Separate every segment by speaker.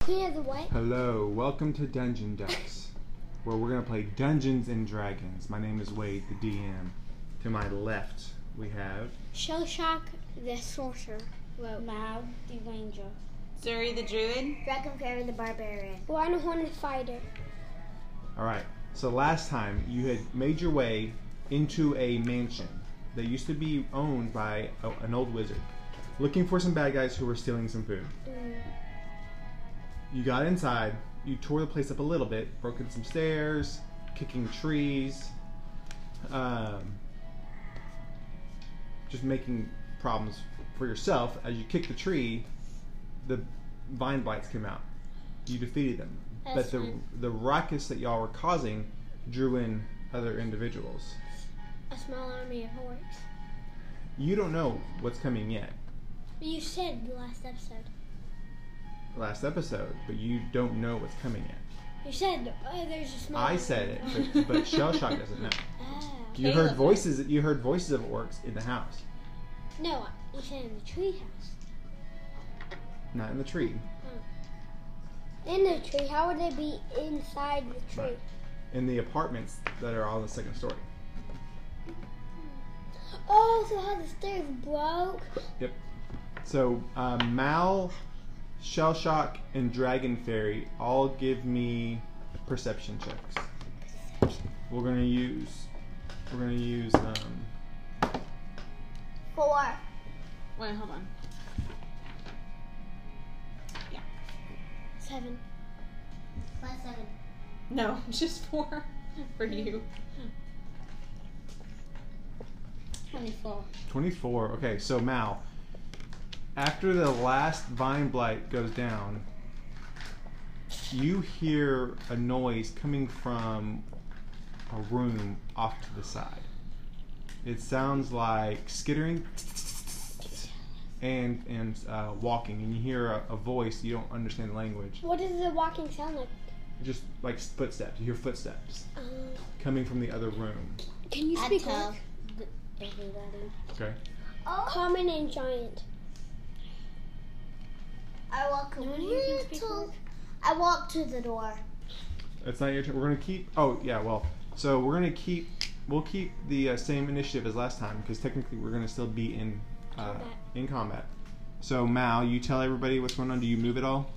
Speaker 1: Queen of the what?
Speaker 2: Hello, welcome to Dungeon Ducks, where we're gonna play Dungeons and Dragons. My name is Wade, the DM. To my left, we have
Speaker 1: Shell Shock the Sorcerer. Well, Mao the Ranger.
Speaker 3: Zuri the Druid.
Speaker 4: Dragon Fairy the Barbarian.
Speaker 1: One Horned Fighter.
Speaker 2: All right. So last time you had made your way into a mansion that used to be owned by a, an old wizard, looking for some bad guys who were stealing some food.
Speaker 1: mm,
Speaker 2: You got inside. You tore the place up a little bit, broken some stairs, kicking trees, um, just making problems for yourself. As you kicked the tree, the vine blights came out. You defeated them but
Speaker 1: That's
Speaker 2: the
Speaker 1: fine.
Speaker 2: the ruckus that y'all were causing drew in other individuals.
Speaker 1: A small army of orcs.
Speaker 2: You don't know what's coming yet.
Speaker 1: You said the last episode.
Speaker 2: Last episode, but you don't know what's coming yet.
Speaker 1: You said oh, there's a small.
Speaker 2: I said it, but, but Shell Shock doesn't know.
Speaker 1: Oh.
Speaker 2: You
Speaker 3: Caleb
Speaker 2: heard voices. You heard voices of orcs in the house,
Speaker 1: No, uh, you said in the treehouse.
Speaker 2: not in the tree.
Speaker 1: In the tree. How would they be inside the tree?
Speaker 2: Right. In the apartments that are on the second story.
Speaker 1: Oh, so how the stairs broke?
Speaker 2: So uh, Mal, Shell Shock, and Dragon Fairy all give me perception checks. We're gonna use. We're gonna use. Um,
Speaker 4: Four.
Speaker 3: Wait, hold on.
Speaker 1: Seven.
Speaker 4: Plus seven.
Speaker 3: No, just four for you.
Speaker 1: 24.
Speaker 2: 24. Okay, so Mal, after the last vine blight goes down, you hear a noise coming from a room off to the side. It sounds like skittering and and uh, walking, and you hear a, a voice you don't understand the language.
Speaker 1: What does the walking sound like?
Speaker 2: Just like footsteps, you hear footsteps
Speaker 1: Um,
Speaker 2: coming from the other room.
Speaker 1: can you
Speaker 4: I
Speaker 1: speak
Speaker 4: tell. Oh.
Speaker 1: up?
Speaker 4: Everybody.
Speaker 2: Okay.
Speaker 1: Common and giant.
Speaker 4: I walk a
Speaker 1: No one here can speak
Speaker 4: little. I walk to the door.
Speaker 2: It's not your turn. We're gonna keep. Oh yeah, well, so we're gonna keep. We'll keep the uh, same initiative as last time because technically we're gonna still be in uh,
Speaker 1: Combat.
Speaker 2: in combat. So Mal, you tell everybody what's going on. Do you move at all?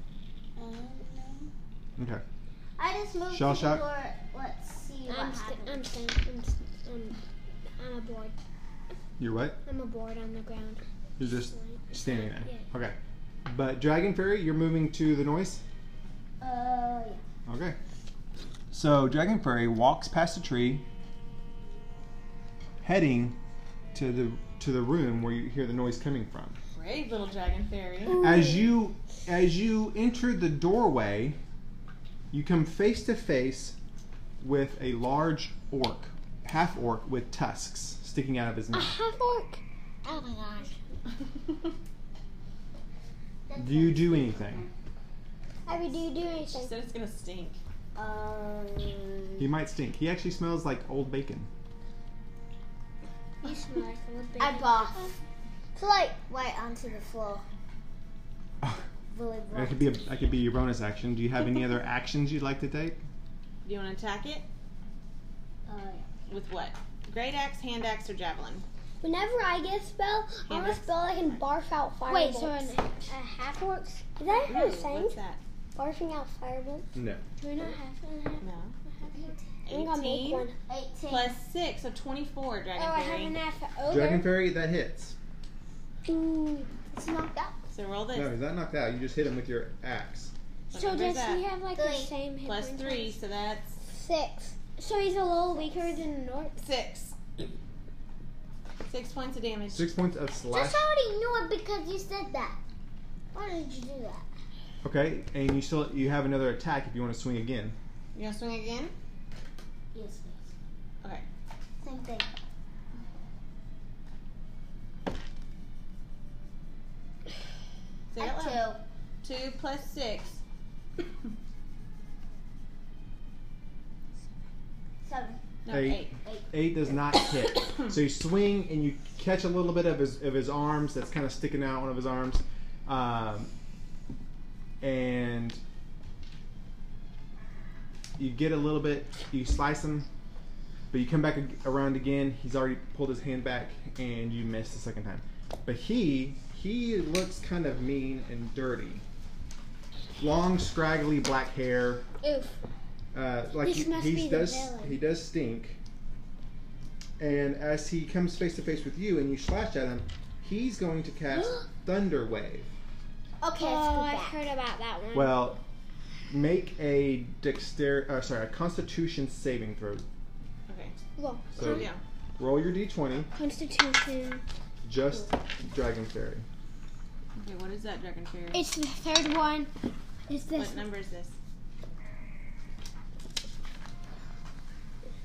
Speaker 2: Okay.
Speaker 4: Uh, I just moved
Speaker 2: Shell
Speaker 4: to
Speaker 2: shock?
Speaker 4: the door. Let's see what
Speaker 1: I'm, st-
Speaker 4: happens.
Speaker 1: I'm staying. I'm, st- I'm, I'm aboard.
Speaker 2: You're what?
Speaker 1: I'm aboard on the ground.
Speaker 2: You're just standing there.
Speaker 1: Yeah.
Speaker 2: Okay. But Dragon Fairy, you're moving to the noise.
Speaker 4: Uh, yeah.
Speaker 2: Okay. So Dragon Fairy walks past a tree, heading to the to the room where you hear the noise coming from.
Speaker 3: Brave little dragon fairy.
Speaker 2: As you as you enter the doorway, you come face to face with a large orc, half orc with tusks sticking out of his
Speaker 1: A
Speaker 2: mouth.
Speaker 1: half orc.
Speaker 4: Oh my gosh.
Speaker 2: Do you do anything?
Speaker 1: Abby, do you do
Speaker 3: she
Speaker 1: anything?
Speaker 3: said it's gonna stink.
Speaker 4: Um.
Speaker 2: He might stink. He actually smells like old bacon.
Speaker 1: You smell like a little
Speaker 4: I barf. So like right onto the floor. Really
Speaker 2: That
Speaker 4: barf.
Speaker 2: could be a, that could be your bonus action. Do you have any other actions you'd like to take?
Speaker 3: Do you want to attack it
Speaker 4: Oh, yeah.
Speaker 3: with what? Great axe, hand axe, or javelin?
Speaker 1: Whenever I get a spell, I'm
Speaker 3: Yeah.
Speaker 1: a spell I can barf out fire
Speaker 4: Wait,
Speaker 1: bolts.
Speaker 4: so
Speaker 1: a Uh, half orc? Is that
Speaker 3: Ooh,
Speaker 1: what you're saying?
Speaker 3: what's that?
Speaker 1: Barfing out fire bolts?
Speaker 2: No.
Speaker 1: Do we not have one?
Speaker 3: No.
Speaker 1: I'm gonna make one.
Speaker 3: Eighteen
Speaker 4: Eighteen.
Speaker 3: plus six, so twenty-four.
Speaker 1: Oh,
Speaker 3: Dragon
Speaker 1: I have
Speaker 3: fairy.
Speaker 1: an half
Speaker 2: Dragon
Speaker 1: ogre.
Speaker 2: Fairy, that hits.
Speaker 1: Ooh.
Speaker 4: It's knocked out.
Speaker 3: So roll this.
Speaker 2: No, he's not knocked out. You just hit him with your axe.
Speaker 3: What
Speaker 1: So
Speaker 3: number is
Speaker 1: does
Speaker 3: that?
Speaker 1: he have like the
Speaker 4: Three.
Speaker 1: same hit
Speaker 3: Plus
Speaker 1: points?
Speaker 3: three, so that's
Speaker 1: Six. So he's a little weaker than an orc.
Speaker 3: six. Six points of damage.
Speaker 2: Six points of slash.
Speaker 4: Just already knew it because you said that. Why did you do that?
Speaker 2: Okay, and you still you have another attack if you want to swing again.
Speaker 3: You gonna swing again?
Speaker 4: Yes, please.
Speaker 3: Okay.
Speaker 4: Same thing.
Speaker 3: Say it
Speaker 4: At
Speaker 3: loud.
Speaker 4: two.
Speaker 3: Two plus six.
Speaker 4: Seven.
Speaker 3: No,
Speaker 2: Eight.
Speaker 3: eight.
Speaker 2: Eight does not hit. so you swing and you catch a little bit of his of his arms that's kind of sticking out, one of his arms, um, and you get a little bit, you slice him, but you come back ag- around again. He's already pulled his hand back, and you miss the second time. But he he looks kind of mean and dirty. Long, scraggly black hair.
Speaker 1: Oof.
Speaker 2: Uh, like
Speaker 1: This
Speaker 2: he,
Speaker 1: must
Speaker 2: he
Speaker 1: be the
Speaker 2: does
Speaker 1: villain.
Speaker 2: he does stink. And as he comes face to face with you and you slash at him, he's going to cast Thunder Wave.
Speaker 4: Okay, let's
Speaker 1: oh,
Speaker 4: go
Speaker 1: I've
Speaker 4: back.
Speaker 1: heard about that one.
Speaker 2: Well, make a dexter uh, sorry, a constitution saving throw.
Speaker 3: Okay.
Speaker 1: Well,
Speaker 2: So
Speaker 3: So yeah.
Speaker 2: roll your d twenty,
Speaker 1: Constitution.
Speaker 2: just Dragon Fairy.
Speaker 3: Okay, what is that dragon fairy?
Speaker 1: It's the third one. It's this.
Speaker 3: What number is this?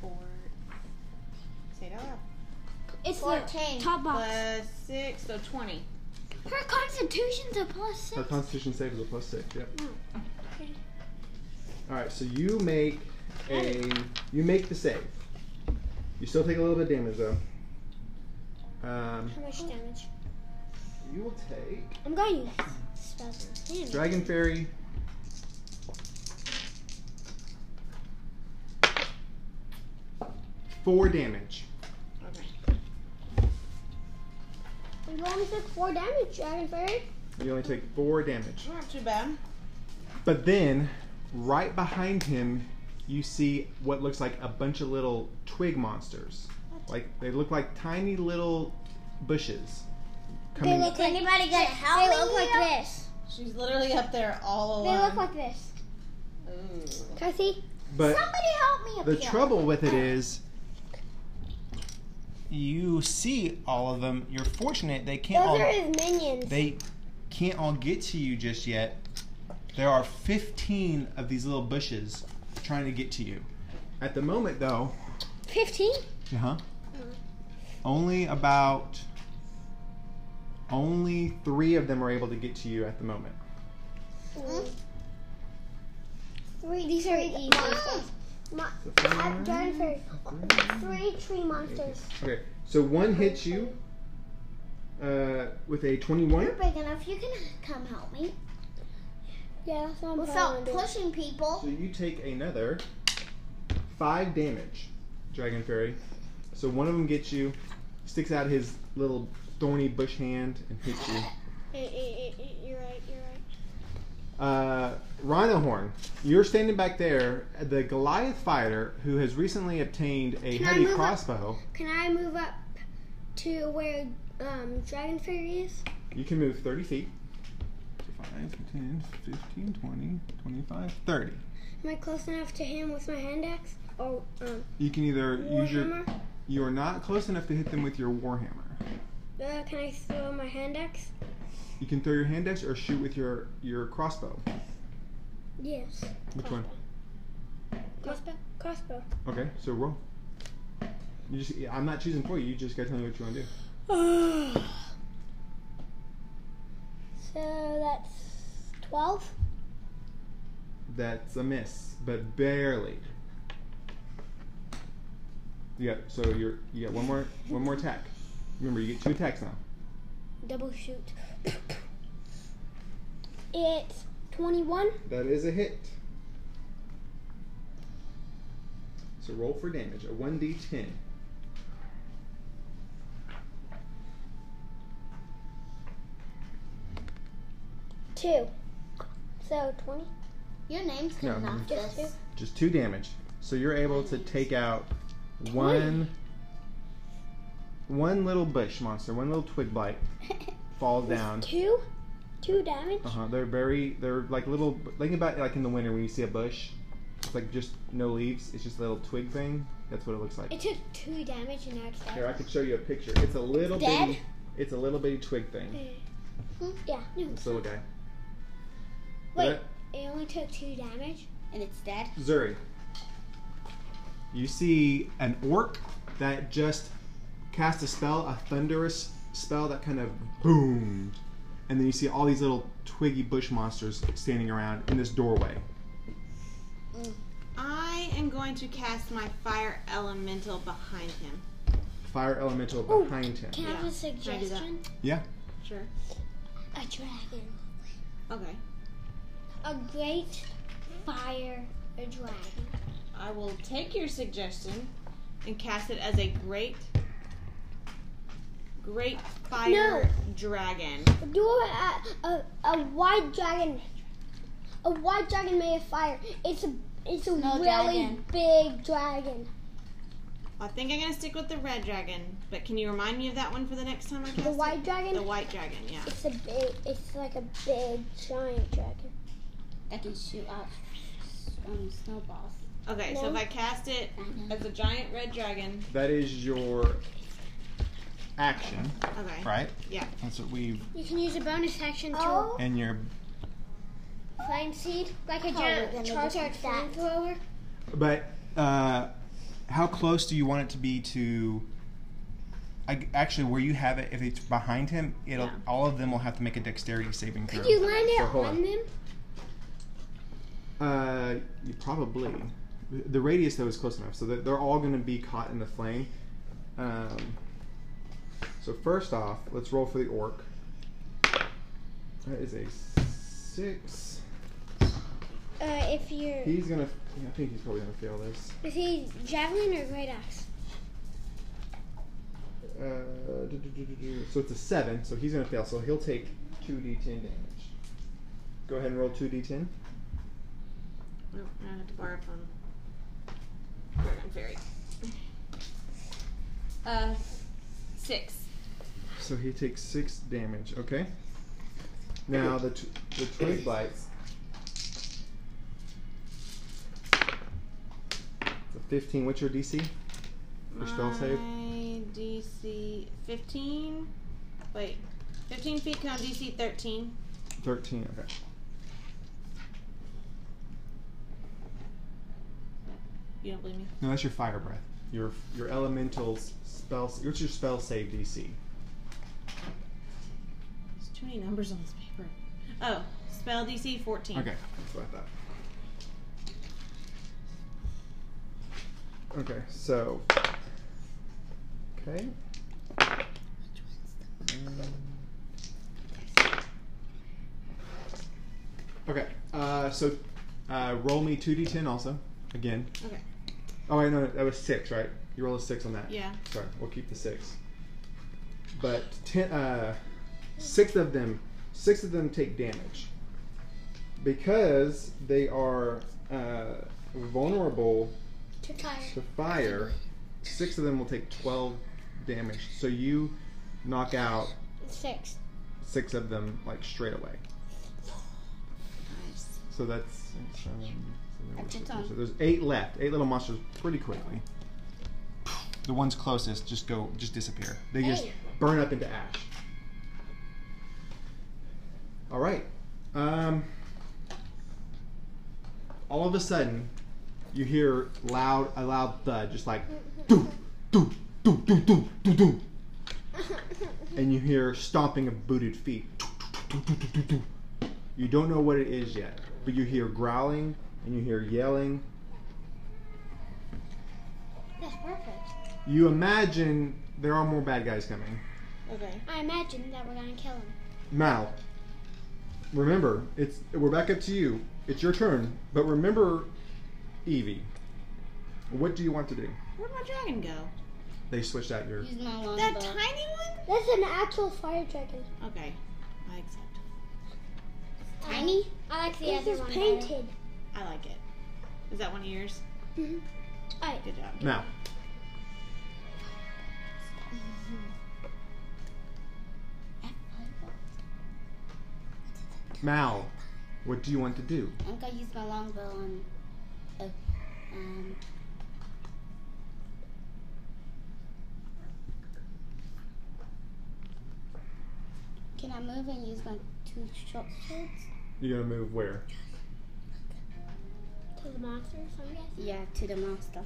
Speaker 3: Four. Say it out loud.
Speaker 1: It's
Speaker 4: Fourteen.
Speaker 1: the top box.
Speaker 3: Plus six, so twenty.
Speaker 1: Her Constitution's a plus six.
Speaker 2: Her constitution save is a plus six, yep.
Speaker 1: Oh, okay.
Speaker 2: Alright, so you make a you make the save. You still take a little bit of damage though. Um,
Speaker 1: How much damage?
Speaker 2: you will take
Speaker 1: I'm going to use spells. Damn.
Speaker 2: Dragon Fairy. Four damage.
Speaker 3: Okay.
Speaker 1: You only took four damage, Dragon Fairy.
Speaker 2: You only take four damage.
Speaker 3: Not too bad.
Speaker 2: But then, right behind him, you see what looks like a bunch of little twig monsters. Like they look like tiny little bushes.
Speaker 1: They
Speaker 2: Coming.
Speaker 1: look like
Speaker 4: Anybody got
Speaker 1: they
Speaker 4: help?
Speaker 1: look like this.
Speaker 3: She's literally up there all
Speaker 1: They
Speaker 3: alone.
Speaker 1: look like this.
Speaker 3: Ooh.
Speaker 1: Can I see?
Speaker 2: But
Speaker 4: Somebody help me up
Speaker 2: Uh, the
Speaker 4: here.
Speaker 2: trouble with it is, you see all of them. You're fortunate they can't all.
Speaker 1: Those are his minions.
Speaker 2: They can't all get to you just yet. There are 15 of these little bushes trying to get to you. At the moment, though,
Speaker 1: Fifteen.
Speaker 2: uh-huh, only about only three of them are able to get to you at the moment.
Speaker 1: Three. These are easy.
Speaker 2: So
Speaker 1: Uh,
Speaker 2: five,
Speaker 1: Dragon Fairy.
Speaker 2: three.
Speaker 1: Three tree monsters.
Speaker 2: Okay, so one hits you uh, with a 21.
Speaker 4: You're big enough. You can come help me
Speaker 1: Yeah, that's what I'm
Speaker 4: without
Speaker 1: probably gonna
Speaker 4: pushing
Speaker 2: So
Speaker 4: people.
Speaker 2: you take another five damage, Dragon Fairy. So one of them gets you, sticks out his little thorny bush hand and hits you.
Speaker 1: do. Eh, eh, eh, eh, You're right. You're right.
Speaker 2: Uh, Rhino Horn, you're standing back there. The Goliath fighter, who has recently obtained a
Speaker 1: Can I
Speaker 2: heavy
Speaker 1: move up?
Speaker 2: crossbow,
Speaker 1: Can I move up to where um, Dragon Fairy is?
Speaker 2: you can move 30 feet. 5, 10, 15, 20, 25, 30.
Speaker 1: Am I close enough to him with my hand axe? Or um,
Speaker 2: You can either use your.
Speaker 1: warhammer?
Speaker 2: You are not close enough to hit them with your warhammer.
Speaker 1: Uh, can I throw my hand axe?
Speaker 2: You can throw your hand axe or shoot with your your crossbow.
Speaker 1: Yes.
Speaker 2: Which one?
Speaker 1: Crossbow. Crossbow.
Speaker 2: Okay, so roll. You just, yeah, I'm not choosing for you. You just gotta tell me what you want to do.
Speaker 1: so that's twelve.
Speaker 2: That's a miss, but barely. You got so you're you got one more one more attack. Remember, you get two attacks now.
Speaker 1: Double shoot. it's twenty-one.
Speaker 2: That is a hit. So roll for damage, a 1d10.
Speaker 1: Two. So twenty.
Speaker 4: Your name's
Speaker 2: No,
Speaker 4: good enough.
Speaker 1: Just two.
Speaker 4: This.
Speaker 2: Just two damage. So you're able to take out one one little bush monster, one little twig bite falls down.
Speaker 1: Two. Two damage.
Speaker 2: Uh huh. They're very. They're like little. Think about like in the winter when you see a bush. It's like just no leaves. It's just a little twig thing. That's what it looks like.
Speaker 1: It took two damage and now it's dead.
Speaker 2: Here, I can show you a picture. It's a little
Speaker 1: Dead?
Speaker 2: bitty. It's a little bitty twig thing.
Speaker 1: Yeah. No.
Speaker 2: This little guy.
Speaker 1: Wait. It only took two damage.
Speaker 4: And it's dead.
Speaker 2: Zuri. You see an orc that just cast a spell, a thunderous spell that kind of boomed, and then you see all these little twiggy bush monsters standing around in this doorway.
Speaker 3: I am going to cast my fire elemental behind him.
Speaker 2: Fire elemental
Speaker 1: Ooh,
Speaker 2: behind him.
Speaker 1: Can I have
Speaker 3: Yeah.
Speaker 1: a suggestion?
Speaker 2: Yeah.
Speaker 3: Sure.
Speaker 1: A dragon.
Speaker 3: Okay.
Speaker 1: A great fire. A dragon.
Speaker 3: I will take your suggestion and cast it as a great, great fire dragon.
Speaker 1: Do a, a, a white dragon. A white dragon made of fire. It's a it's a
Speaker 4: No
Speaker 1: really
Speaker 4: dragon.
Speaker 1: big dragon.
Speaker 3: I think I'm gonna stick with the red dragon. But can you remind me of that one for the next time I cast
Speaker 1: The
Speaker 3: it?
Speaker 1: white dragon.
Speaker 3: The white dragon. Yeah.
Speaker 1: It's a big. It's like a big giant dragon.
Speaker 4: I can shoot out um, snowballs.
Speaker 3: Okay. So
Speaker 1: No.
Speaker 3: if I cast it as a giant red dragon.
Speaker 2: That is your action,
Speaker 3: Okay.
Speaker 2: right?
Speaker 3: Yeah.
Speaker 2: That's what we've.
Speaker 5: You can use a bonus action to
Speaker 4: Oh.
Speaker 2: And your
Speaker 5: flame seed, like a
Speaker 4: Oh, we're gonna
Speaker 5: giant charge
Speaker 4: get
Speaker 5: out
Speaker 4: that.
Speaker 5: flamethrower.
Speaker 2: But uh, how close do you want it to be to? I, actually, where you have it, if it's behind him, it'll
Speaker 3: Yeah.
Speaker 2: all of them will have to make a dexterity saving throw.
Speaker 1: Could you land it
Speaker 2: So hold
Speaker 1: on
Speaker 2: on.
Speaker 1: them?
Speaker 2: Uh, you probably. The- The radius though is close enough, so that they're all going to be caught in the flame. Um, so first off, let's roll for the orc. That is a six.
Speaker 5: Uh, if you're
Speaker 2: He's gonna. yeah, I think he's probably gonna fail this.
Speaker 5: is he javelin or great axe?
Speaker 2: Uh, do, do, do, do, do. so it's a seven, so he's gonna fail. So he'll take two d10 damage. Go ahead and roll two d10.
Speaker 3: Nope, I have to borrow from Dragon Fairy. Uh, six.
Speaker 2: So he takes six damage. Okay. Now the t- the twig bites. The fifteen. What's your DC? Your spell save?
Speaker 3: My DC 15. Wait, 15 feet count DC 13.
Speaker 2: Thirteen. Okay.
Speaker 3: You don't believe me?
Speaker 2: No, that's your fire breath. Your your elementals spell. What's your spell save DC?
Speaker 3: There's too many numbers on this paper. Oh, spell DC 14.
Speaker 2: Okay, that's what I thought. Okay, so. Okay. Um, Okay, uh, so uh, roll me 2d10 also, again.
Speaker 3: Okay.
Speaker 2: Oh, wait, no, that was 6, right? You roll a 6 on that.
Speaker 3: Yeah.
Speaker 2: Sorry, we'll keep the six. But ten, uh, six of them, six of them take damage because they are uh, vulnerable
Speaker 5: To fire.
Speaker 2: to fire. Six of them will take twelve damage. So you knock out
Speaker 5: Six.
Speaker 2: six of them like straight away. So that's seven, seven,
Speaker 4: That's it.
Speaker 2: so there's eight left. Eight little monsters pretty quickly. The ones closest just go just disappear. They just
Speaker 5: Eight.
Speaker 2: burn up into ash. All right. Um, all of a sudden, you hear loud a loud thud, just like doo doo doo doo doo doo doo, and you hear stomping of booted feet. You don't know what it is yet, but you hear growling and you hear yelling.
Speaker 5: That's perfect.
Speaker 2: You imagine there are more bad guys coming.
Speaker 3: Okay.
Speaker 5: I imagine that we're gonna kill him.
Speaker 2: Mal, remember, it's we're back up to you. It's your turn, but remember, Evie. What do you want to do?
Speaker 3: Where'd my dragon go?
Speaker 2: They switched out your.
Speaker 4: Use my longbow.
Speaker 3: That tiny one?
Speaker 1: That's an actual fire dragon.
Speaker 3: Okay, I accept.
Speaker 4: tiny?
Speaker 5: I like the
Speaker 1: This
Speaker 5: other
Speaker 1: is
Speaker 5: one. better.
Speaker 1: painted.
Speaker 3: I like it. Is that one of yours?
Speaker 1: Mhm.
Speaker 5: Alright.
Speaker 3: Mm-hmm. Good job.
Speaker 2: Mal, Mal, what do you want to do?
Speaker 4: I'm gonna use my longbow on. Uh, um, can I move and use my two short swords?
Speaker 2: You're gonna move where?
Speaker 1: To the monsters, I guess.
Speaker 4: Yeah, to the monster.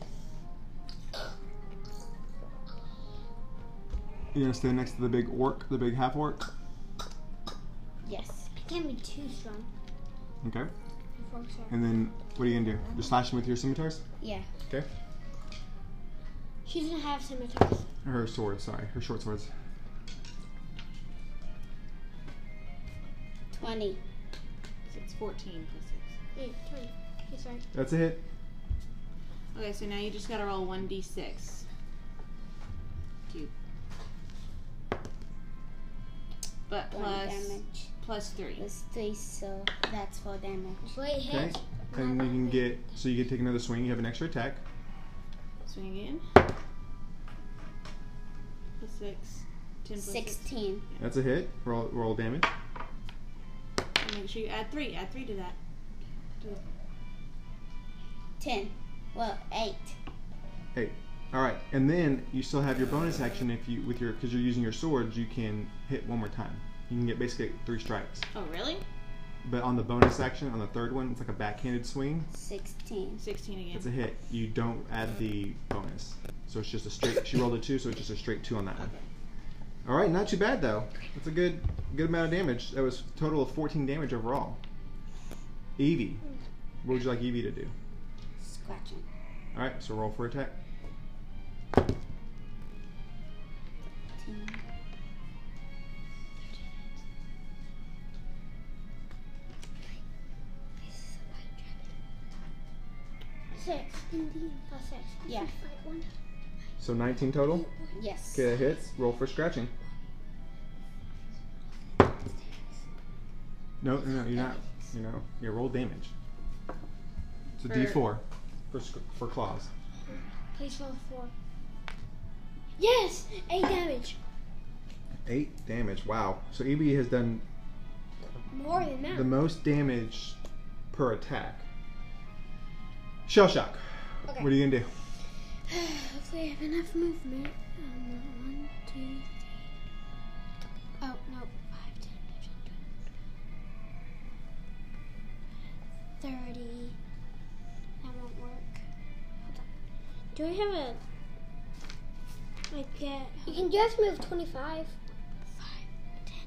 Speaker 2: You're gonna stand next to the big orc, the big half orc.
Speaker 4: Yes.
Speaker 5: It can't be too strong.
Speaker 2: Okay.
Speaker 5: Unfortunately.
Speaker 2: And then what are you gonna do? Just slash him with your scimitars?
Speaker 4: Yeah.
Speaker 2: Okay.
Speaker 5: She doesn't have scimitars.
Speaker 2: Her sword, sorry, her short swords.
Speaker 4: 20.
Speaker 3: It's 14 plus
Speaker 5: Eight, twenty. He's right.
Speaker 2: That's a hit.
Speaker 3: Okay, so now you just gotta roll 1d6. Cube. But
Speaker 4: One
Speaker 3: plus,
Speaker 4: damage.
Speaker 3: plus 3.
Speaker 4: Plus three, so that's four damage.
Speaker 1: Wait,
Speaker 2: Okay.
Speaker 1: hey.
Speaker 2: And you can get so you can take another swing. You have an extra attack.
Speaker 3: Swing in. Plus 6. 10 plus 6.
Speaker 4: Sixteen.
Speaker 2: That's a hit. Roll roll damage.
Speaker 3: And make sure you add 3. Add 3 to that.
Speaker 4: Ten. Well, eight.
Speaker 2: All right, and then you still have your bonus action if you with your because you're using your swords. You can hit one more time. You can get basically three strikes.
Speaker 3: Oh, really?
Speaker 2: But on the bonus action, on the third one, it's like a backhanded swing.
Speaker 4: Sixteen.
Speaker 3: 16 again.
Speaker 2: It's a hit. You don't add the bonus, so it's just a straight. She rolled a two, so it's just a straight two on that one.
Speaker 3: Okay.
Speaker 2: All right, not too bad though. That's a good good amount of damage. That was a total of 14 damage overall. Evie, what would you like Evie to do?
Speaker 4: Scratching.
Speaker 2: All right, so roll for attack.
Speaker 4: Ten.
Speaker 1: Six.
Speaker 6: Indeed,
Speaker 5: Oh,
Speaker 6: plus six.
Speaker 4: Yeah.
Speaker 6: Fight one.
Speaker 2: So 19 total.
Speaker 4: Yes.
Speaker 2: Okay, that hits. Roll for scratching. No, no, no, you're not. You know, you roll damage. It's a
Speaker 3: For-
Speaker 2: D4 for sc- for claws.
Speaker 1: Please roll four.
Speaker 6: Yes, eight damage.
Speaker 2: Eight damage. Wow. So Evie has done
Speaker 6: More than that.
Speaker 2: the most damage per attack. Shell shock.
Speaker 6: Okay.
Speaker 2: What are you gonna do?
Speaker 6: Hopefully, I have enough movement. Um, one, two, three.
Speaker 1: Oh, no. Five, ten, fifteen, twenty. Thirty. That won't work. Hold on. Do I have a. Like, uh,
Speaker 6: You can just move 25.
Speaker 1: five, ten, fifteen,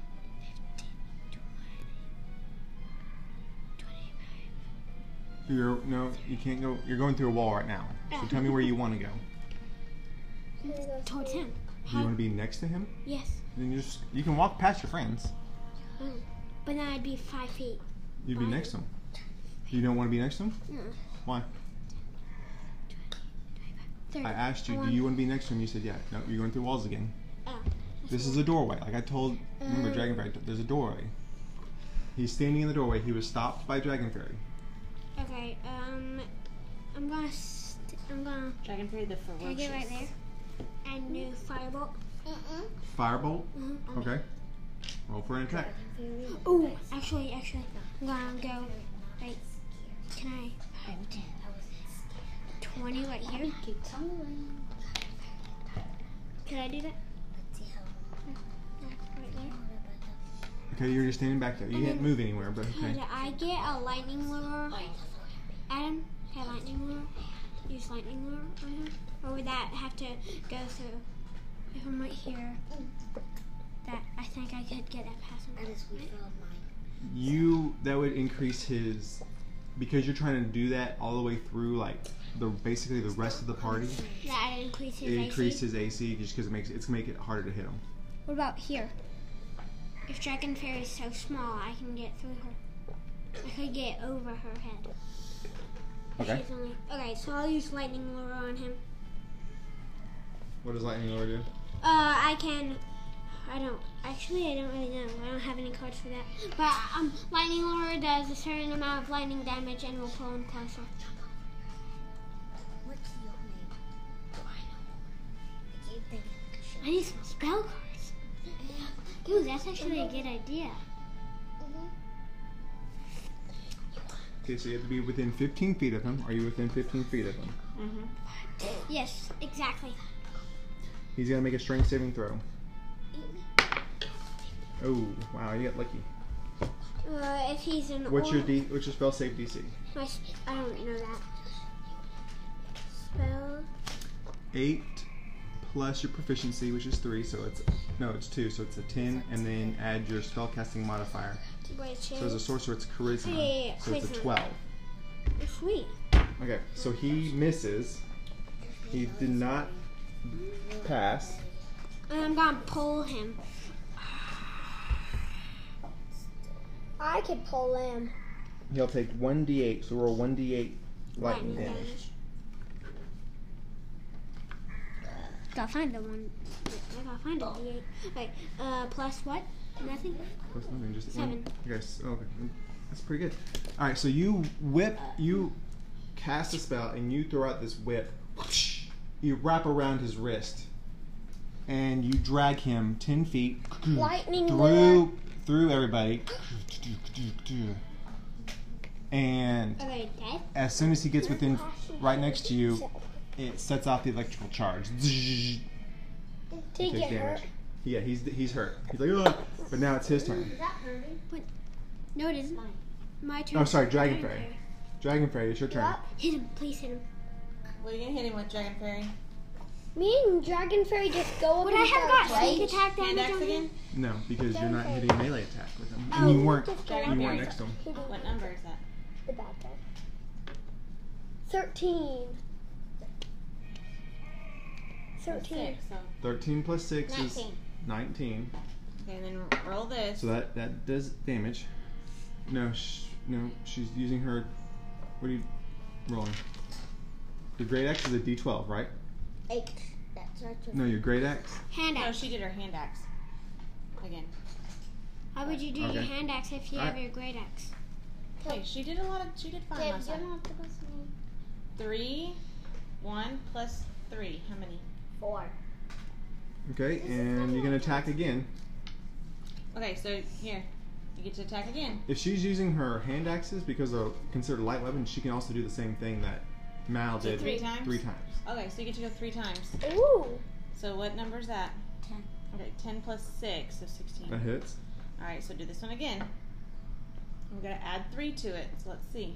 Speaker 1: twenty, twenty-five.
Speaker 2: You're no, you can't go. You're going through a wall right now. So tell me where you want to go.
Speaker 1: Total ten.
Speaker 2: Do you want to be next to him?
Speaker 1: Yes.
Speaker 2: Then you just you can walk past your friends.
Speaker 1: But then I'd be five feet.
Speaker 2: You'd be next to him. You don't want to be next to him.
Speaker 1: Mm.
Speaker 2: Why?
Speaker 1: Thirty.
Speaker 2: I asked you,
Speaker 1: I
Speaker 2: do
Speaker 1: want-
Speaker 2: you want to be next to him? You said, yeah. No, you're going through walls again.
Speaker 1: Oh,
Speaker 2: This is a doorway. Like I told, remember Dragon Fairy, there's a doorway. He's standing in the doorway. He was stopped by Dragon Fairy.
Speaker 1: Okay. Um, I'm gonna. St- I'm gonna.
Speaker 3: Dragon Fairy the
Speaker 1: Can I
Speaker 3: Ferocious.
Speaker 1: get right there? And new firebolt.
Speaker 2: Firebolt.
Speaker 1: Mhm.
Speaker 2: Okay. Roll for an attack.
Speaker 1: Ooh, actually, actually, I'm gonna go. Wait, can I? Five, ten, twenty right here. Can I do that? Mm-hmm. Right there.
Speaker 2: Okay, you're just standing back there. You can't move anywhere, but
Speaker 1: And
Speaker 2: okay.
Speaker 1: I get a lightning lure. Adam, can I lightning lure? Use lightning lure on him? Or would that have to go through? If I'm right here, that I think I could get that past him.
Speaker 2: You that would increase his because you're trying to do that all the way through like the basically the rest of the party.
Speaker 1: That increases.
Speaker 2: It increases his AC just because it makes it's gonna make it harder to hit him.
Speaker 1: What about here? If Dragon Fairy is so small, I can get through her. I could get over her head.
Speaker 2: Okay.
Speaker 1: She's only- okay, so I'll use lightning lure on him.
Speaker 2: What does lightning lure do?
Speaker 1: Uh, I can. I don't. Actually, I don't really know. I don't have any cards for that. But um, lightning lure does a certain amount of lightning damage and will pull him closer.
Speaker 4: What's your name? Do you think
Speaker 1: I need some spell cards. Ooh, that's actually a good idea.
Speaker 2: Okay, so you have to be within 15 feet of him. Are you within 15 feet of him?
Speaker 3: Mm-hmm.
Speaker 1: Yes, exactly.
Speaker 2: He's gonna make a strength saving throw. Oh wow, you got lucky.
Speaker 1: Uh, if he's an
Speaker 2: What's your
Speaker 1: orc-
Speaker 2: D? What's your spell save DC?
Speaker 1: My s- I don't know that. Spell.
Speaker 2: Eight plus your proficiency, which is three, so it's no, it's two, so it's a ten, and then add your spell casting modifier.
Speaker 1: Which
Speaker 2: So as a
Speaker 1: is
Speaker 2: sorcerer, it's charisma,
Speaker 1: Hey,
Speaker 2: so it's a
Speaker 1: charisma.
Speaker 2: twelve.
Speaker 1: sweet.
Speaker 2: Okay, so he misses. He did not pass.
Speaker 1: And I'm gonna pull him.
Speaker 6: I could pull him.
Speaker 2: He'll take one d8. So roll one d8
Speaker 1: Lightning
Speaker 2: lightning damage.
Speaker 1: damage.
Speaker 5: gotta find the one. I gotta find the
Speaker 1: Oh.
Speaker 5: D8. Okay, uh, plus what? Nothing?
Speaker 2: Plus nothing, just
Speaker 5: Seven.
Speaker 2: One. Okay, so, okay, that's pretty good. All right, so you whip, you cast a spell, and you throw out this whip. Whoosh! You wrap around his wrist, and you drag him ten feet
Speaker 1: Lightning
Speaker 2: through through everybody. And
Speaker 5: Okay, dead?
Speaker 2: as soon as he gets within right next to you, it sets off the electrical charge. He
Speaker 1: Did he
Speaker 2: takes
Speaker 1: get
Speaker 2: damage.
Speaker 1: hurt?
Speaker 2: Yeah, he's he's hurt. He's like, Ugh! but now it's his turn.
Speaker 5: No, it isn't. My turn.
Speaker 2: Oh, sorry, Dragon
Speaker 5: Dragon
Speaker 2: Fairy. Dragon Fairy, it's your turn.
Speaker 5: Hit him, please hit him.
Speaker 3: What are you gonna hit him with, Dragon Fairy?
Speaker 1: Me and Dragon Fairy just go up
Speaker 5: Would
Speaker 1: and
Speaker 5: I have
Speaker 1: start
Speaker 5: got sneak
Speaker 1: rage.
Speaker 5: attack
Speaker 3: Hand
Speaker 5: damage
Speaker 3: axe
Speaker 5: on him?
Speaker 3: again?
Speaker 2: No, because you're not hitting a melee attack with him,
Speaker 1: Oh,
Speaker 2: and you weren't
Speaker 1: just go
Speaker 3: you
Speaker 1: up
Speaker 2: you
Speaker 1: and
Speaker 2: weren't
Speaker 1: start
Speaker 2: next to him.
Speaker 1: hitting
Speaker 3: What number is that?
Speaker 1: the bad guy. Thirteen. Thirteen.
Speaker 3: Six. So.
Speaker 2: Thirteen plus six is nineteen.
Speaker 3: Okay, and then roll this.
Speaker 2: So that that does damage. No, sh- no, she's using her. What are you rolling? Your great axe is a D12, right?
Speaker 4: Eight. That's our turn.
Speaker 2: No, your great axe.
Speaker 5: Hand
Speaker 3: No,
Speaker 5: axe.
Speaker 3: Oh, she did her hand axe. Again.
Speaker 5: How would you do your
Speaker 2: Okay.
Speaker 5: hand axe if you have
Speaker 2: Alright.
Speaker 5: your great axe?
Speaker 3: Wait, she did a lot of. She did fine
Speaker 4: Dave,
Speaker 3: last
Speaker 4: you
Speaker 3: time.
Speaker 4: don't have to go to me.
Speaker 3: Three, one plus three. How many?
Speaker 4: Four.
Speaker 2: Okay, and you can attack again.
Speaker 3: Okay, so here, you get to attack again.
Speaker 2: If she's using her hand axes because they're considered light weapons, she can also do the same thing that Mal did
Speaker 3: Three times?
Speaker 2: Three times.
Speaker 3: Okay, so you get to go three times.
Speaker 1: Ooh.
Speaker 3: So what number is that?
Speaker 4: Ten.
Speaker 3: Okay, ten plus six, so sixteen.
Speaker 2: That hits.
Speaker 3: All right, so do this one again. We're gonna add three to it. So let's see.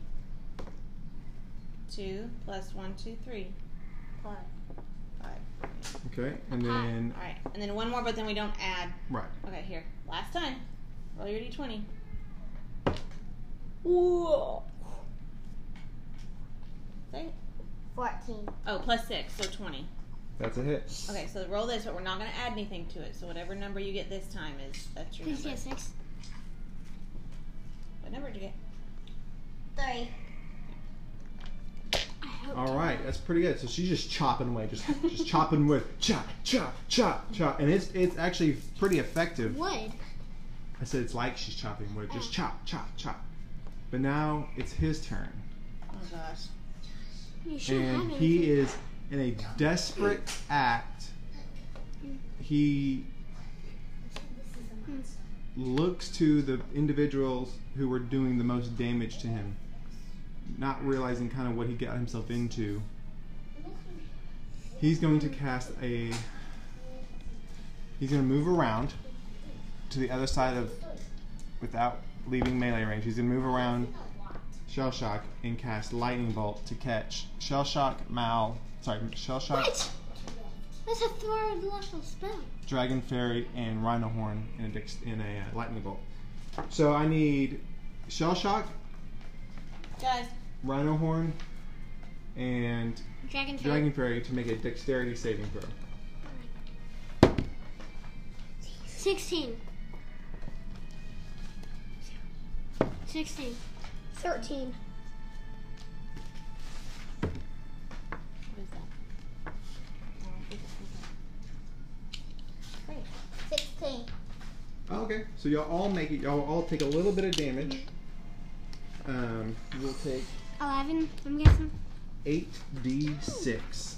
Speaker 3: Two plus one, two, three.
Speaker 4: Five.
Speaker 3: Five.
Speaker 2: Okay, and then
Speaker 3: All right, and then one more, but then we don't add.
Speaker 2: right.
Speaker 3: Okay, here, last time. Roll your d20.
Speaker 1: Whoa.
Speaker 3: Say it.
Speaker 4: Fourteen.
Speaker 3: Oh, plus six, so twenty.
Speaker 2: That's a hit.
Speaker 3: Okay, so roll this, but we're not gonna add anything to it. So whatever number you get this time is that's your
Speaker 5: Please
Speaker 3: number.
Speaker 5: get six.
Speaker 3: What number did you get?
Speaker 4: Three.
Speaker 5: I hope.
Speaker 2: All right, that's pretty good. So she's just chopping away, just just chopping wood, chop, chop, chop, chop, and it's it's actually pretty effective.
Speaker 5: Wood.
Speaker 2: I said it's like she's chopping wood, just chop, chop, chop. But now it's his turn,
Speaker 3: Oh gosh.
Speaker 5: You should have
Speaker 2: and
Speaker 5: it.
Speaker 2: he is in a desperate act. He looks to the individuals who were doing the most damage to him, not realizing kind of what he got himself into. He's going to cast a. He's going to move around to the other side of. without leaving melee range. He's going to move around Shell Shock and cast Lightning Bolt to catch Shell Shock, Mal. Sorry, Shell Shock,
Speaker 5: That's a third level spell.
Speaker 2: Dragon Fairy, and Rhino Horn in a, dex- in a uh, Lightning Bolt. So I need Shell Shock,
Speaker 3: Guys,
Speaker 2: Rhino Horn, and
Speaker 5: Dragon fairy.
Speaker 2: Dragon Fairy to make a dexterity saving throw.
Speaker 5: 16. 16.
Speaker 1: Thirteen.
Speaker 3: what is that? Oh, I think it's okay.
Speaker 4: Sixteen.
Speaker 2: Oh, okay, so y'all all make it. Y'all all take a little bit of damage. Um, you will take
Speaker 5: 11, I'm guessing?
Speaker 2: eight d six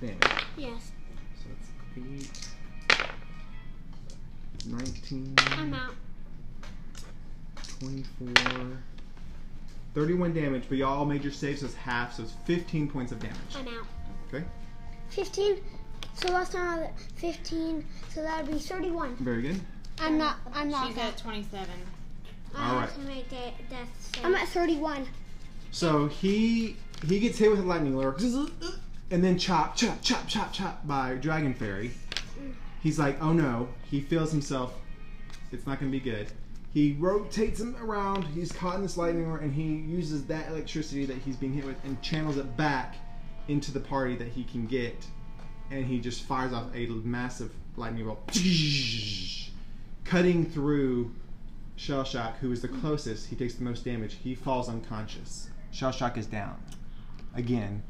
Speaker 2: damage.
Speaker 5: Yes.
Speaker 2: So that's eight. 19,
Speaker 5: I'm out.
Speaker 2: 24, 31 damage, but y'all all made your saves as half, so it's 15 points of damage.
Speaker 5: I'm out.
Speaker 1: Fifteen. So last time I was at fifteen. So that would be thirty-one.
Speaker 2: Very good.
Speaker 5: I'm not. I'm not.
Speaker 3: She's at 27.
Speaker 5: I
Speaker 2: All
Speaker 5: have
Speaker 2: right.
Speaker 5: to make de- death save.
Speaker 1: I'm at thirty-one.
Speaker 2: So he he gets hit with a lightning lure, and then chop, chop, chop, chop, chop by Dragon Fairy. He's like, oh no. He feels himself. It's not going to be good. He rotates him around. He's caught in this lightning lure, and he uses that electricity that he's being hit with and channels it back into the party that he can get. And he just fires off a massive lightning bolt, cutting through Shell Shock, who is the closest, he takes the most damage. He falls unconscious. Shell Shock is down. Again.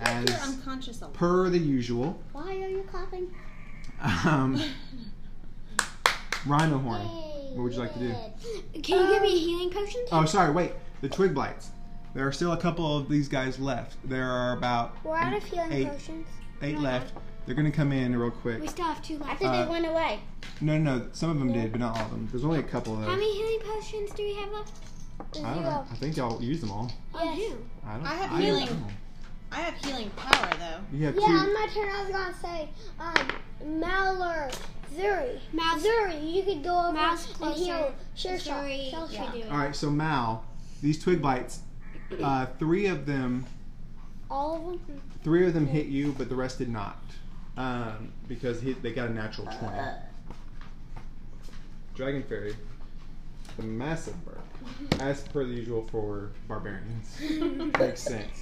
Speaker 2: as
Speaker 3: You're unconscious a lot.
Speaker 2: per the usual.
Speaker 4: Why are you clapping?
Speaker 2: Um, rhino horn. What would you like to do?
Speaker 5: Can you give
Speaker 1: Um,
Speaker 5: me a healing potion?
Speaker 2: Oh, sorry, wait. The twig blights. There are still a couple of these guys left. There are about
Speaker 1: We're out of healing
Speaker 2: Eight.
Speaker 1: potions.
Speaker 2: eight left. They're gonna come in real
Speaker 5: We
Speaker 2: quick.
Speaker 5: still have two left.
Speaker 4: After
Speaker 2: Uh,
Speaker 4: they went away.
Speaker 2: No, no, no. Some of them did, but not all of them. There's only a couple of
Speaker 5: How
Speaker 2: them.
Speaker 5: many healing potions do we have left?
Speaker 2: I don't know. I think y'all used them all.
Speaker 5: On who?
Speaker 2: I don't.
Speaker 3: I have
Speaker 2: don't
Speaker 3: healing.
Speaker 2: know.
Speaker 3: I have healing power though.
Speaker 2: You have
Speaker 1: Yeah,
Speaker 2: two.
Speaker 1: on my turn, I was gonna say, um, Mal or Zuri.
Speaker 5: Mouse.
Speaker 1: Zuri, you could go over
Speaker 5: Mouse
Speaker 1: and heal.
Speaker 5: closer.
Speaker 1: Sure, shot.
Speaker 5: Zuri.
Speaker 1: Shell
Speaker 5: should
Speaker 1: shot.
Speaker 5: do it.
Speaker 2: All right, so Mal, these twig bites, uh, three of them,
Speaker 1: All of them.
Speaker 2: three of them hit you, but the rest did not, um, because he, they got a natural
Speaker 1: Uh,
Speaker 2: twenty. Dragon fairy, the massive bird, as per the usual for barbarians, makes sense.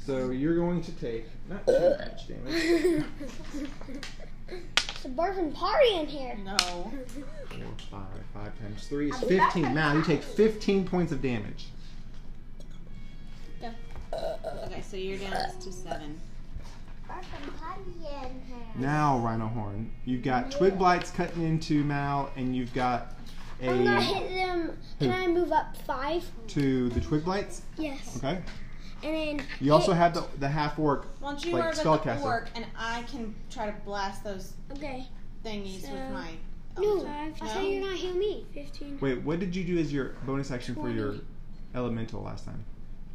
Speaker 2: So you're going to take not too
Speaker 1: Uh.
Speaker 2: much damage.
Speaker 1: It's a birthing party in here.
Speaker 3: No.
Speaker 2: Four, five, five times three is fifteen. Mal, you take fifteen points of damage.
Speaker 3: Okay, so you're down to seven.
Speaker 2: Now, Rhino Horn, you've got twig blights cutting into Mal, and you've got a
Speaker 1: I'm gonna hit them. Can I move up five?
Speaker 2: to the twig blights.
Speaker 1: Yes.
Speaker 2: Okay.
Speaker 1: And then
Speaker 2: You also have the the half orc.
Speaker 3: Why don't you
Speaker 2: Like
Speaker 3: are with
Speaker 2: spellcaster.
Speaker 3: the orc and I can try to blast those
Speaker 1: okay.
Speaker 3: thingies
Speaker 5: So-
Speaker 3: with my
Speaker 1: No.
Speaker 5: Oh, Five,
Speaker 3: No?
Speaker 5: so you're not heal me. Fifteen.
Speaker 2: Wait, what did you do as your bonus action for your
Speaker 5: Twenty.
Speaker 2: elemental last time?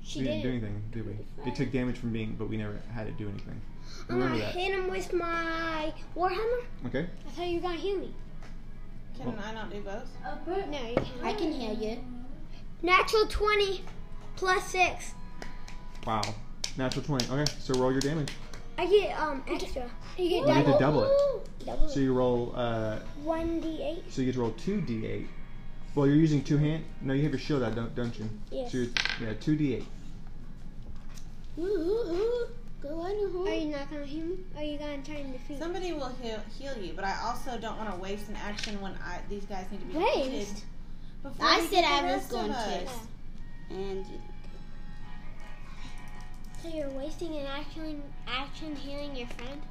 Speaker 1: She
Speaker 2: we
Speaker 1: did.
Speaker 2: didn't do anything, did we? It took damage from being, but we never had it do anything.
Speaker 1: I'm gonna
Speaker 2: Remember that.
Speaker 1: hit him with my warhammer.
Speaker 2: Okay.
Speaker 5: I thought you were gonna heal me.
Speaker 3: Can I not do both?
Speaker 5: No, you can't.
Speaker 4: I can heal you.
Speaker 1: Natural twenty, plus six.
Speaker 2: Wow. Natural twenty. Okay, so roll your damage.
Speaker 1: I get um extra.
Speaker 5: You get
Speaker 2: You get to
Speaker 5: double.
Speaker 2: double it. So you roll. Uh,
Speaker 1: One d eight.
Speaker 2: so you get to roll two d8. Well, you're using two hand. No, you have your shield out, don't don't you?
Speaker 1: Yes.
Speaker 2: So you're, yeah, two d8.
Speaker 5: Are you not gonna heal me? Are you gonna try and defeat? me?
Speaker 3: Somebody will heal, heal you, but I also don't want to waste an action when I, these guys need to be defeated
Speaker 1: Waste?
Speaker 3: before
Speaker 4: I
Speaker 3: we get
Speaker 4: said
Speaker 3: the
Speaker 4: I was
Speaker 3: rest of
Speaker 4: going to.
Speaker 3: us.
Speaker 4: And you-
Speaker 5: So you're wasting an action action healing your friend?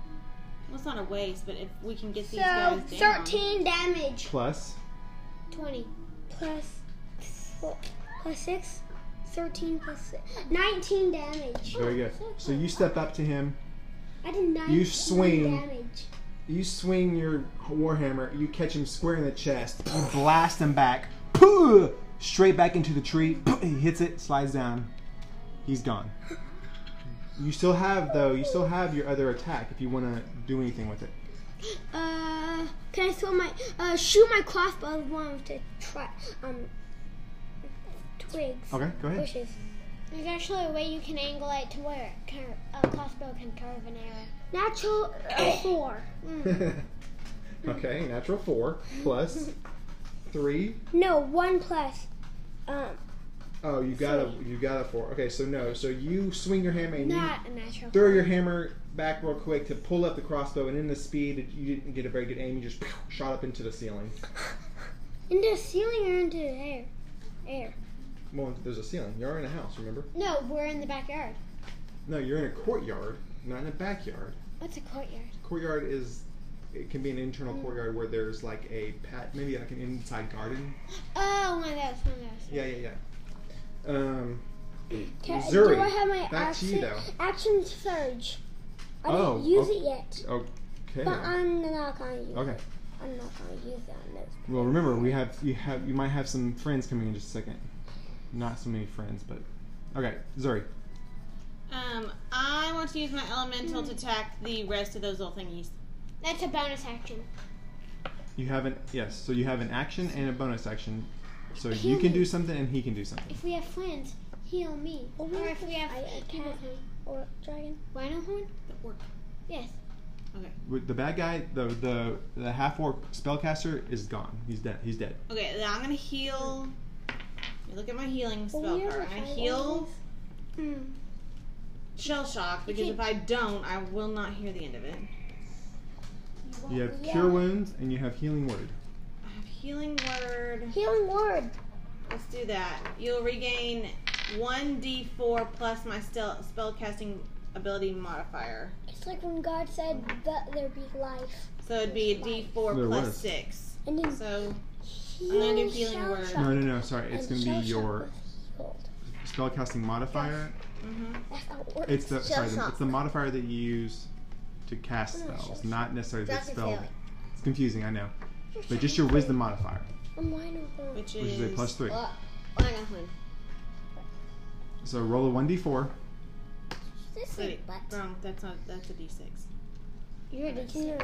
Speaker 3: Well, it's not a waste, but if we can get these
Speaker 1: So
Speaker 3: guys down.
Speaker 1: thirteen damage.
Speaker 2: Plus.
Speaker 5: Twenty.
Speaker 1: plus four, plus six, 13 plus six, 19 damage.
Speaker 2: Very good. So you step up to him.
Speaker 1: I did 19
Speaker 2: You swing.
Speaker 1: damage.
Speaker 2: You swing your warhammer, you catch him square in the chest, you blast him back, pooh, straight back into the tree. he hits it, slides down. He's gone. You still have though, you still have your other attack if you want to do anything with it.
Speaker 1: Uh, can I throw my, uh, shoot my crossbow with one of the tri- um, twigs,
Speaker 2: Okay, go ahead.
Speaker 1: bushes.
Speaker 5: There's actually a way you can angle it to where it cur- a crossbow can curve an Mm. arrow.
Speaker 1: Natural uh, four.
Speaker 2: okay, natural 4 plus 3.
Speaker 1: No, one plus, um,
Speaker 2: Oh, you got a you got a 4. Okay, so no. So you swing your hammer and you
Speaker 5: Not a natural.
Speaker 2: throw your hammer back real quick to pull up the crossbow, and in the speed, you didn't get a very good aim. You just shot up into the ceiling.
Speaker 5: Into the ceiling or into the air?
Speaker 2: Well, there's a ceiling. You're in a house, remember?
Speaker 5: No, we're in the backyard.
Speaker 2: No, you're in a courtyard, not in a backyard.
Speaker 5: What's a courtyard?
Speaker 2: Courtyard is it can be an internal courtyard where there's like a pat, maybe like an inside garden.
Speaker 5: Oh, one of those, one of those.
Speaker 2: Yeah, yeah, yeah. Um,
Speaker 1: can,
Speaker 2: Zuri,
Speaker 1: do I have my
Speaker 2: back to you,
Speaker 1: action, action surge? I
Speaker 2: Oh,
Speaker 1: didn't use
Speaker 2: okay.
Speaker 1: it yet,
Speaker 2: okay.
Speaker 1: but I'm not gonna use
Speaker 2: Okay.
Speaker 1: it. I'm not gonna use it on this.
Speaker 2: Well, remember we have you have you might have some friends coming in just a second. Not so many friends, but okay, Zuri.
Speaker 3: Um, I want to use my elemental
Speaker 4: Mm.
Speaker 3: to attack the rest of those little thingies.
Speaker 5: That's a bonus action.
Speaker 2: You have an yes, so you have an action and a bonus action. So you can do something and he can do something.
Speaker 5: If we have friends, heal me.
Speaker 1: Or
Speaker 5: Or if we have
Speaker 1: cat or dragon.
Speaker 5: rhino horn,
Speaker 3: The orc.
Speaker 5: yes.
Speaker 2: With The bad guy, the the the half orc spellcaster is gone. He's dead. He's dead.
Speaker 3: Okay, then I'm gonna heal. You look at my healing spell
Speaker 1: Well, we
Speaker 3: card.
Speaker 1: are
Speaker 3: I'm gonna
Speaker 1: behind
Speaker 3: heal
Speaker 5: Mm.
Speaker 3: shell shock because if I don't, I will not hear the end of it.
Speaker 2: You have cure wounds and you have healing word.
Speaker 3: I have healing word.
Speaker 1: Healing word.
Speaker 3: Let's do that. You'll regain 1d4 plus my spell spellcasting ability modifier.
Speaker 1: It's like when God said, "But there be life,"
Speaker 3: So it'd be a d4
Speaker 2: There
Speaker 3: plus
Speaker 2: was.
Speaker 3: 6.
Speaker 1: and then
Speaker 3: So
Speaker 1: heal.
Speaker 3: I'm gonna do healing
Speaker 1: shall
Speaker 3: word.
Speaker 1: shall-
Speaker 2: No, no, no. Sorry,
Speaker 1: and
Speaker 2: it's going to
Speaker 1: shall
Speaker 2: be
Speaker 1: shall
Speaker 2: your
Speaker 1: healed.
Speaker 2: spellcasting modifier.
Speaker 3: mhm.
Speaker 1: That's how it works.
Speaker 2: It's the sorry, the-
Speaker 4: shock.
Speaker 2: it's the modifier that you use to cast
Speaker 1: No, Mm, shell
Speaker 2: spells,
Speaker 1: shock.
Speaker 2: not necessarily the
Speaker 4: That's a
Speaker 2: spell.
Speaker 4: fail.
Speaker 2: It's confusing, I know, but just your wisdom modifier,
Speaker 1: Oh, mine over.
Speaker 3: which is,
Speaker 2: which is a plus three.
Speaker 4: Well, I know one.
Speaker 2: So roll a one d four.
Speaker 4: This is
Speaker 3: Wait,
Speaker 4: butt.
Speaker 3: wrong. That's not. That's a d6.
Speaker 1: You're a kid.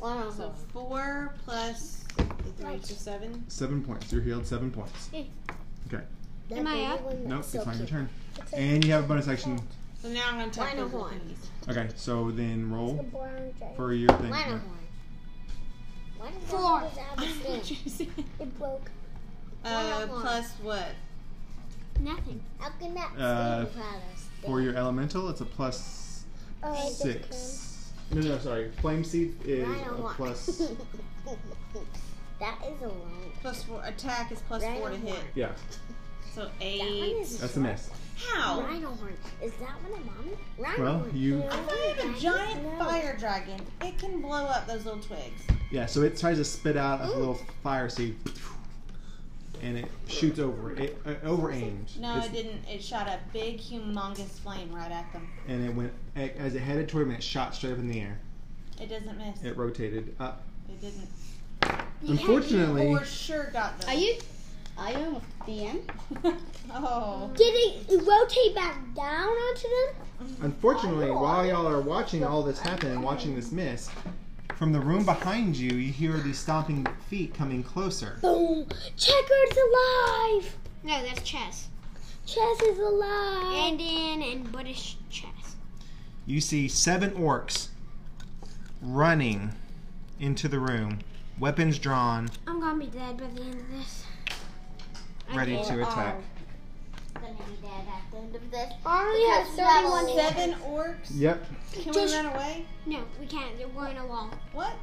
Speaker 4: One of
Speaker 3: So four plus the three, so seven.
Speaker 2: Seven points. You're healed. Seven points.
Speaker 5: Am I up?
Speaker 2: Nope, it's not your turn. And you have a bonus action.
Speaker 3: So now I'm gonna
Speaker 4: Why
Speaker 3: attack
Speaker 4: no
Speaker 3: those with
Speaker 4: horn?
Speaker 3: these.
Speaker 2: Okay, so then
Speaker 1: The
Speaker 2: roll
Speaker 1: brown dragon.
Speaker 2: for your thing.
Speaker 4: Lino
Speaker 2: No.
Speaker 4: horn. Why does
Speaker 5: Four.
Speaker 4: that have a sting?
Speaker 1: It broke.
Speaker 4: Why
Speaker 3: Uh,
Speaker 4: no horn?
Speaker 3: plus what?
Speaker 5: Nothing.
Speaker 4: How can that
Speaker 2: Uh,
Speaker 4: sting without a sting?
Speaker 2: For your elemental, it's a plus
Speaker 1: Uh, I just came.
Speaker 2: six. No, no, sorry. Flame seed is
Speaker 4: Rhino
Speaker 2: a
Speaker 4: horn.
Speaker 2: plus.
Speaker 4: that is a long.
Speaker 3: Plus four. Attack is plus
Speaker 4: Rhino
Speaker 3: four to hit.
Speaker 4: horn.
Speaker 2: Yeah,
Speaker 3: So
Speaker 4: That one
Speaker 3: eight.
Speaker 4: is
Speaker 2: that's a miss.
Speaker 3: How?
Speaker 4: Rhino horn. Is that one a mommy? Rhino
Speaker 2: Well,
Speaker 4: horn.
Speaker 2: you
Speaker 3: If I have a giant
Speaker 4: No.
Speaker 3: fire dragon, it can blow up those little twigs.
Speaker 2: yeah. So it tries to spit out a little fire seed, and it shoots over it. Uh, over aimed.
Speaker 3: No, it didn't. It shot a big, humongous flame right at them.
Speaker 2: And it went as it headed toward him. It shot straight up in the air.
Speaker 3: It doesn't miss.
Speaker 2: It rotated up.
Speaker 3: It didn't.
Speaker 2: Unfortunately,
Speaker 3: For sure got them.
Speaker 7: Are you? Are you almost at the end?
Speaker 3: Oh.
Speaker 1: Did it rotate back down onto them?
Speaker 2: Unfortunately, while y'all are watching all this happen and watching this miss, from the room behind you, you hear the stomping feet coming closer.
Speaker 1: Boom! Checkers alive!
Speaker 5: No, that's chess.
Speaker 1: Chess is alive!
Speaker 5: Indian and British chess.
Speaker 2: You see seven orcs running into the room, weapons drawn,
Speaker 5: I'm gonna be dead by the end of this.
Speaker 2: ready
Speaker 4: Or
Speaker 2: to attack.
Speaker 4: are Gonna be dead at the end of this.
Speaker 1: Ari has
Speaker 4: Because that
Speaker 1: 31 hit.
Speaker 3: Seven orcs?
Speaker 2: Yep.
Speaker 3: Can
Speaker 1: Just-
Speaker 3: we run away?
Speaker 5: No, we can't. We're in a wall.
Speaker 3: What?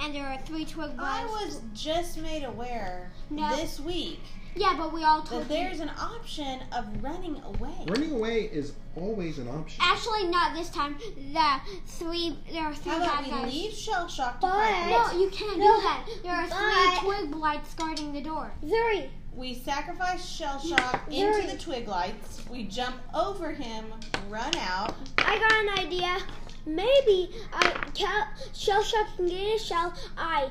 Speaker 5: And there are three twig
Speaker 3: I
Speaker 5: balls.
Speaker 3: was just made aware
Speaker 5: No.
Speaker 3: this week
Speaker 5: Yeah, but we all
Speaker 3: that
Speaker 5: told you.
Speaker 3: there's an option of running away.
Speaker 2: Running away is always an option.
Speaker 5: Actually, not this time. The three. There are three
Speaker 3: How
Speaker 5: bad
Speaker 3: about we
Speaker 5: guys.
Speaker 3: leave Shell Shock to
Speaker 1: But-
Speaker 3: fight
Speaker 5: No,
Speaker 3: them?
Speaker 5: you can't
Speaker 1: No,
Speaker 5: do that. There are
Speaker 1: but-
Speaker 5: three twig blights guarding the door.
Speaker 1: Zuri,
Speaker 3: We sacrifice Shell Shock
Speaker 1: Yuri.
Speaker 3: into the twig lights. We jump over him, run out.
Speaker 1: I got an idea. Maybe I Cal, Shell Shock can get his shell. I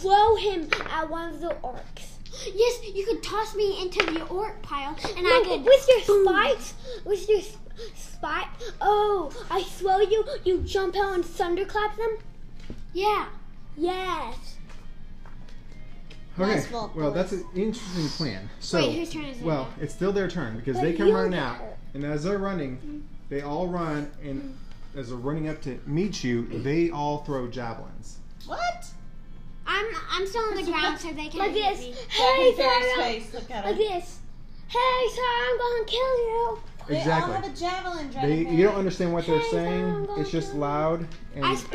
Speaker 1: throw him at one of the orcs.
Speaker 5: Yes, you could toss me into the orc pile, and
Speaker 1: No,
Speaker 5: I could.
Speaker 1: with your spikes, with your sp- spike. Oh, I throw you. You jump out and thunderclap them.
Speaker 5: Yeah.
Speaker 1: Yes.
Speaker 2: Okay.
Speaker 4: Nice ball,
Speaker 2: Well, that's an interesting plan. So,
Speaker 5: Wait, whose turn is it?
Speaker 2: well, it's still their turn because
Speaker 1: But
Speaker 2: they come
Speaker 1: you
Speaker 2: running
Speaker 1: get
Speaker 2: out,
Speaker 1: hurt.
Speaker 2: and as they're running, they all run, and as they're running up to meet you, they all throw javelins.
Speaker 3: What?
Speaker 5: I'm I'm still on the ground, so they
Speaker 1: Like
Speaker 5: can't hit
Speaker 1: this.
Speaker 5: me.
Speaker 1: Hey,
Speaker 3: Ferris
Speaker 1: Sarah.
Speaker 3: face. Look at
Speaker 1: Like
Speaker 3: him.
Speaker 1: this. Hey, Sarah, I'm gonna kill you.
Speaker 3: They
Speaker 2: Exactly.
Speaker 3: all have a javelin dragon.
Speaker 2: They, you don't understand what they're saying.
Speaker 1: Hands on
Speaker 2: It's just
Speaker 1: going
Speaker 2: loud. And
Speaker 5: I speak.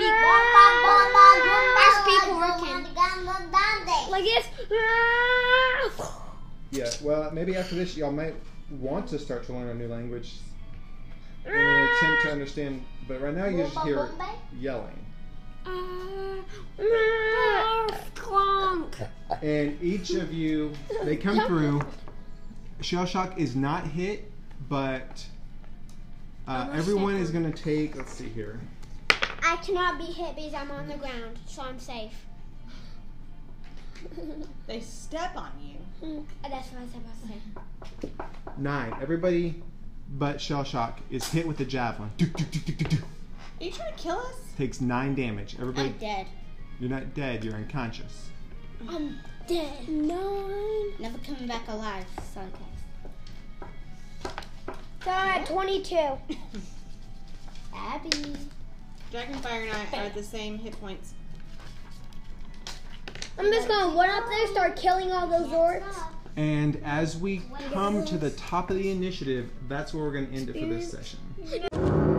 Speaker 4: I
Speaker 5: speak Orkin.
Speaker 1: Like this.
Speaker 2: yeah, well, maybe after this, y'all might want to start to learn a new language in an attempt to understand. But right now, you just hear yelling,
Speaker 5: Uh, clonk.
Speaker 2: and each of you they come through. Shell shock is not hit, but uh, everyone is going to take. Let's see here.
Speaker 5: I cannot be hit because I'm on the ground, so I'm safe.
Speaker 3: They step on you.
Speaker 5: that's what I was supposed to say.
Speaker 2: Nine. Everybody but Shell shock is hit with the javelin. Do, do, do, do, do, do.
Speaker 3: Are you trying to kill us?
Speaker 2: Takes nine damage. Everybody,
Speaker 7: I'm dead.
Speaker 2: you're not dead. You're unconscious.
Speaker 7: Dead.
Speaker 1: Nine.
Speaker 7: Never coming back alive. Suncast.
Speaker 1: God, 22.
Speaker 7: Abby.
Speaker 3: Dragonfire and I are at the same hit points.
Speaker 1: I'm just gonna run up there, start killing all those orcs.
Speaker 2: And as we come to the top of the initiative, that's where we're going to end it for this session.